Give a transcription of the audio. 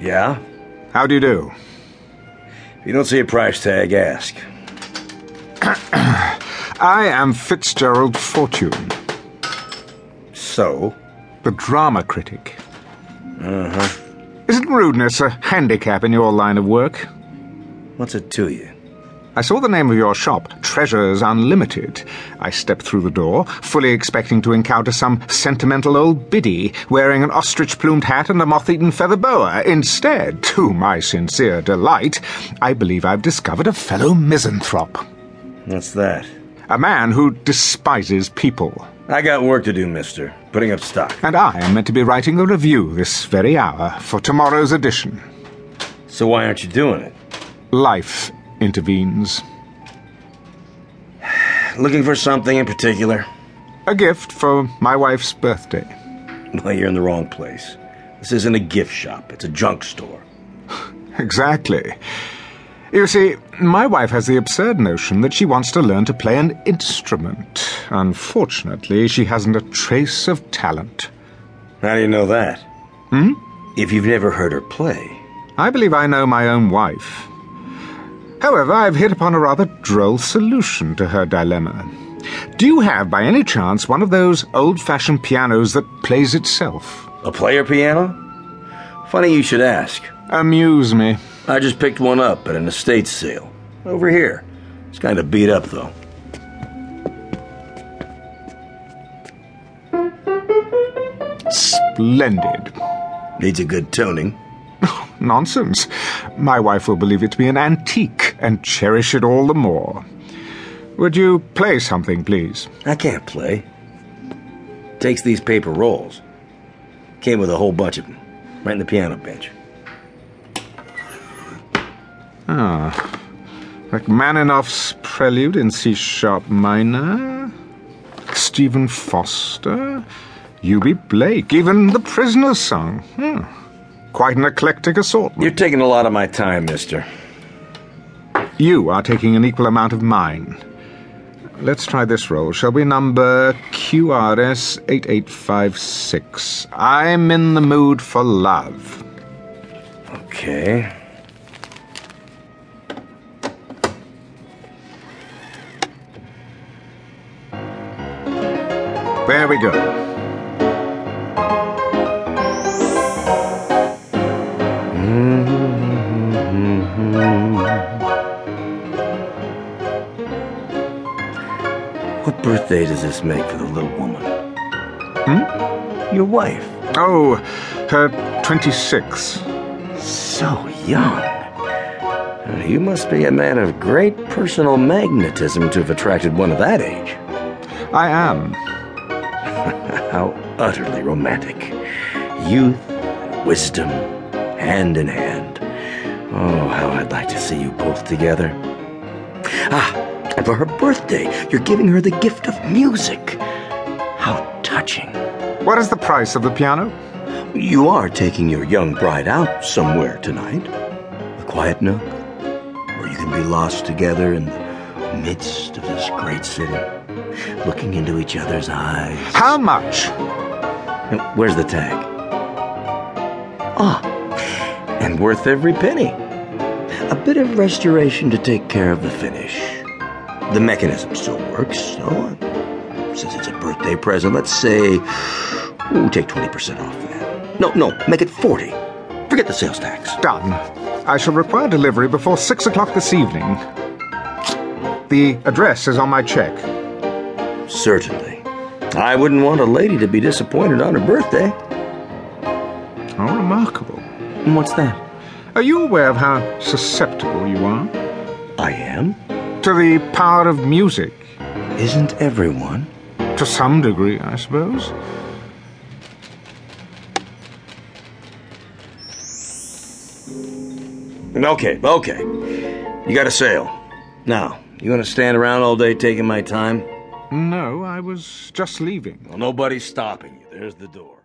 Yeah? How do you do? If you don't see a price tag, ask. I am Fitzgerald Fortune, So? the drama critic. Uh huh. Isn't rudeness a handicap in your line of work? What's it to you? I saw the name of your shop, Treasures Unlimited. I stepped through the door, fully expecting to encounter some sentimental old biddy wearing an ostrich plumed hat and a moth eaten feather boa. Instead, to my sincere delight, I believe I've discovered a fellow misanthrope. What's that? A man who despises people. I got work to do, mister. Putting up stock. And I am meant to be writing a review this very hour for tomorrow's edition. So why aren't you doing it? Life intervenes. Looking for something in particular? A gift for my wife's birthday. Well, you're in the wrong place. This isn't a gift shop, it's a junk store. Exactly. You see, my wife has the absurd notion that she wants to learn to play an instrument. Unfortunately, she hasn't a trace of talent. How do you know that? Hmm? If you've never heard her play. I believe I know my own wife. However, I've hit upon a rather droll solution to her dilemma. Do you have, by any chance, one of those old fashioned pianos that plays itself? A player piano? Funny you should ask. Amuse me. I just picked one up at an estate sale. Over here. It's kind of beat up, though. Splendid. Needs a good tuning. Nonsense. My wife will believe it to be an antique and cherish it all the more. Would you play something, please? I can't play. Takes these paper rolls. Came with a whole bunch of them. Right in the piano bench. Rachmaninoff's Prelude in C sharp minor, Stephen Foster, Hubie Blake, even The Prisoner's Song. Hmm. Quite an eclectic assortment. You're taking a lot of my time, mister. You are taking an equal amount of mine. Let's try this roll. Shall we number QRS 8856? I'm in the mood for love. Okay. There we go. What birthday does this make for the little woman? Hmm? Your wife. Oh, her 26. So young. Uh, You must be a man of great personal magnetism to have attracted one of that age. I am. How utterly romantic. Youth, wisdom, hand in hand. Oh, how I'd like to see you both together. Ah, and for her birthday, you're giving her the gift of music. How touching. What is the price of the piano? You are taking your young bride out somewhere tonight. A quiet nook, where you can be lost together in the midst of this great city, looking into each other's eyes. How much? And Where's the tag? Ah, and worth every penny. A bit of restoration to take care of the finish. The mechanism still works, so since it's a birthday present, let's say, ooh, take 20% off that. No, no, make it 40. Forget the sales tax. Done. I shall require delivery before six o'clock this evening. The address is on my check. Certainly. I wouldn't want a lady to be disappointed on her birthday. Oh, remarkable. And what's that? Are you aware of how susceptible you are I am. to the power of music? Isn't everyone? To some degree, I suppose. Okay, okay. You got a sale. Now, you gonna stand around all day taking my time? No, I was just leaving. Well, nobody's stopping you. There's the door.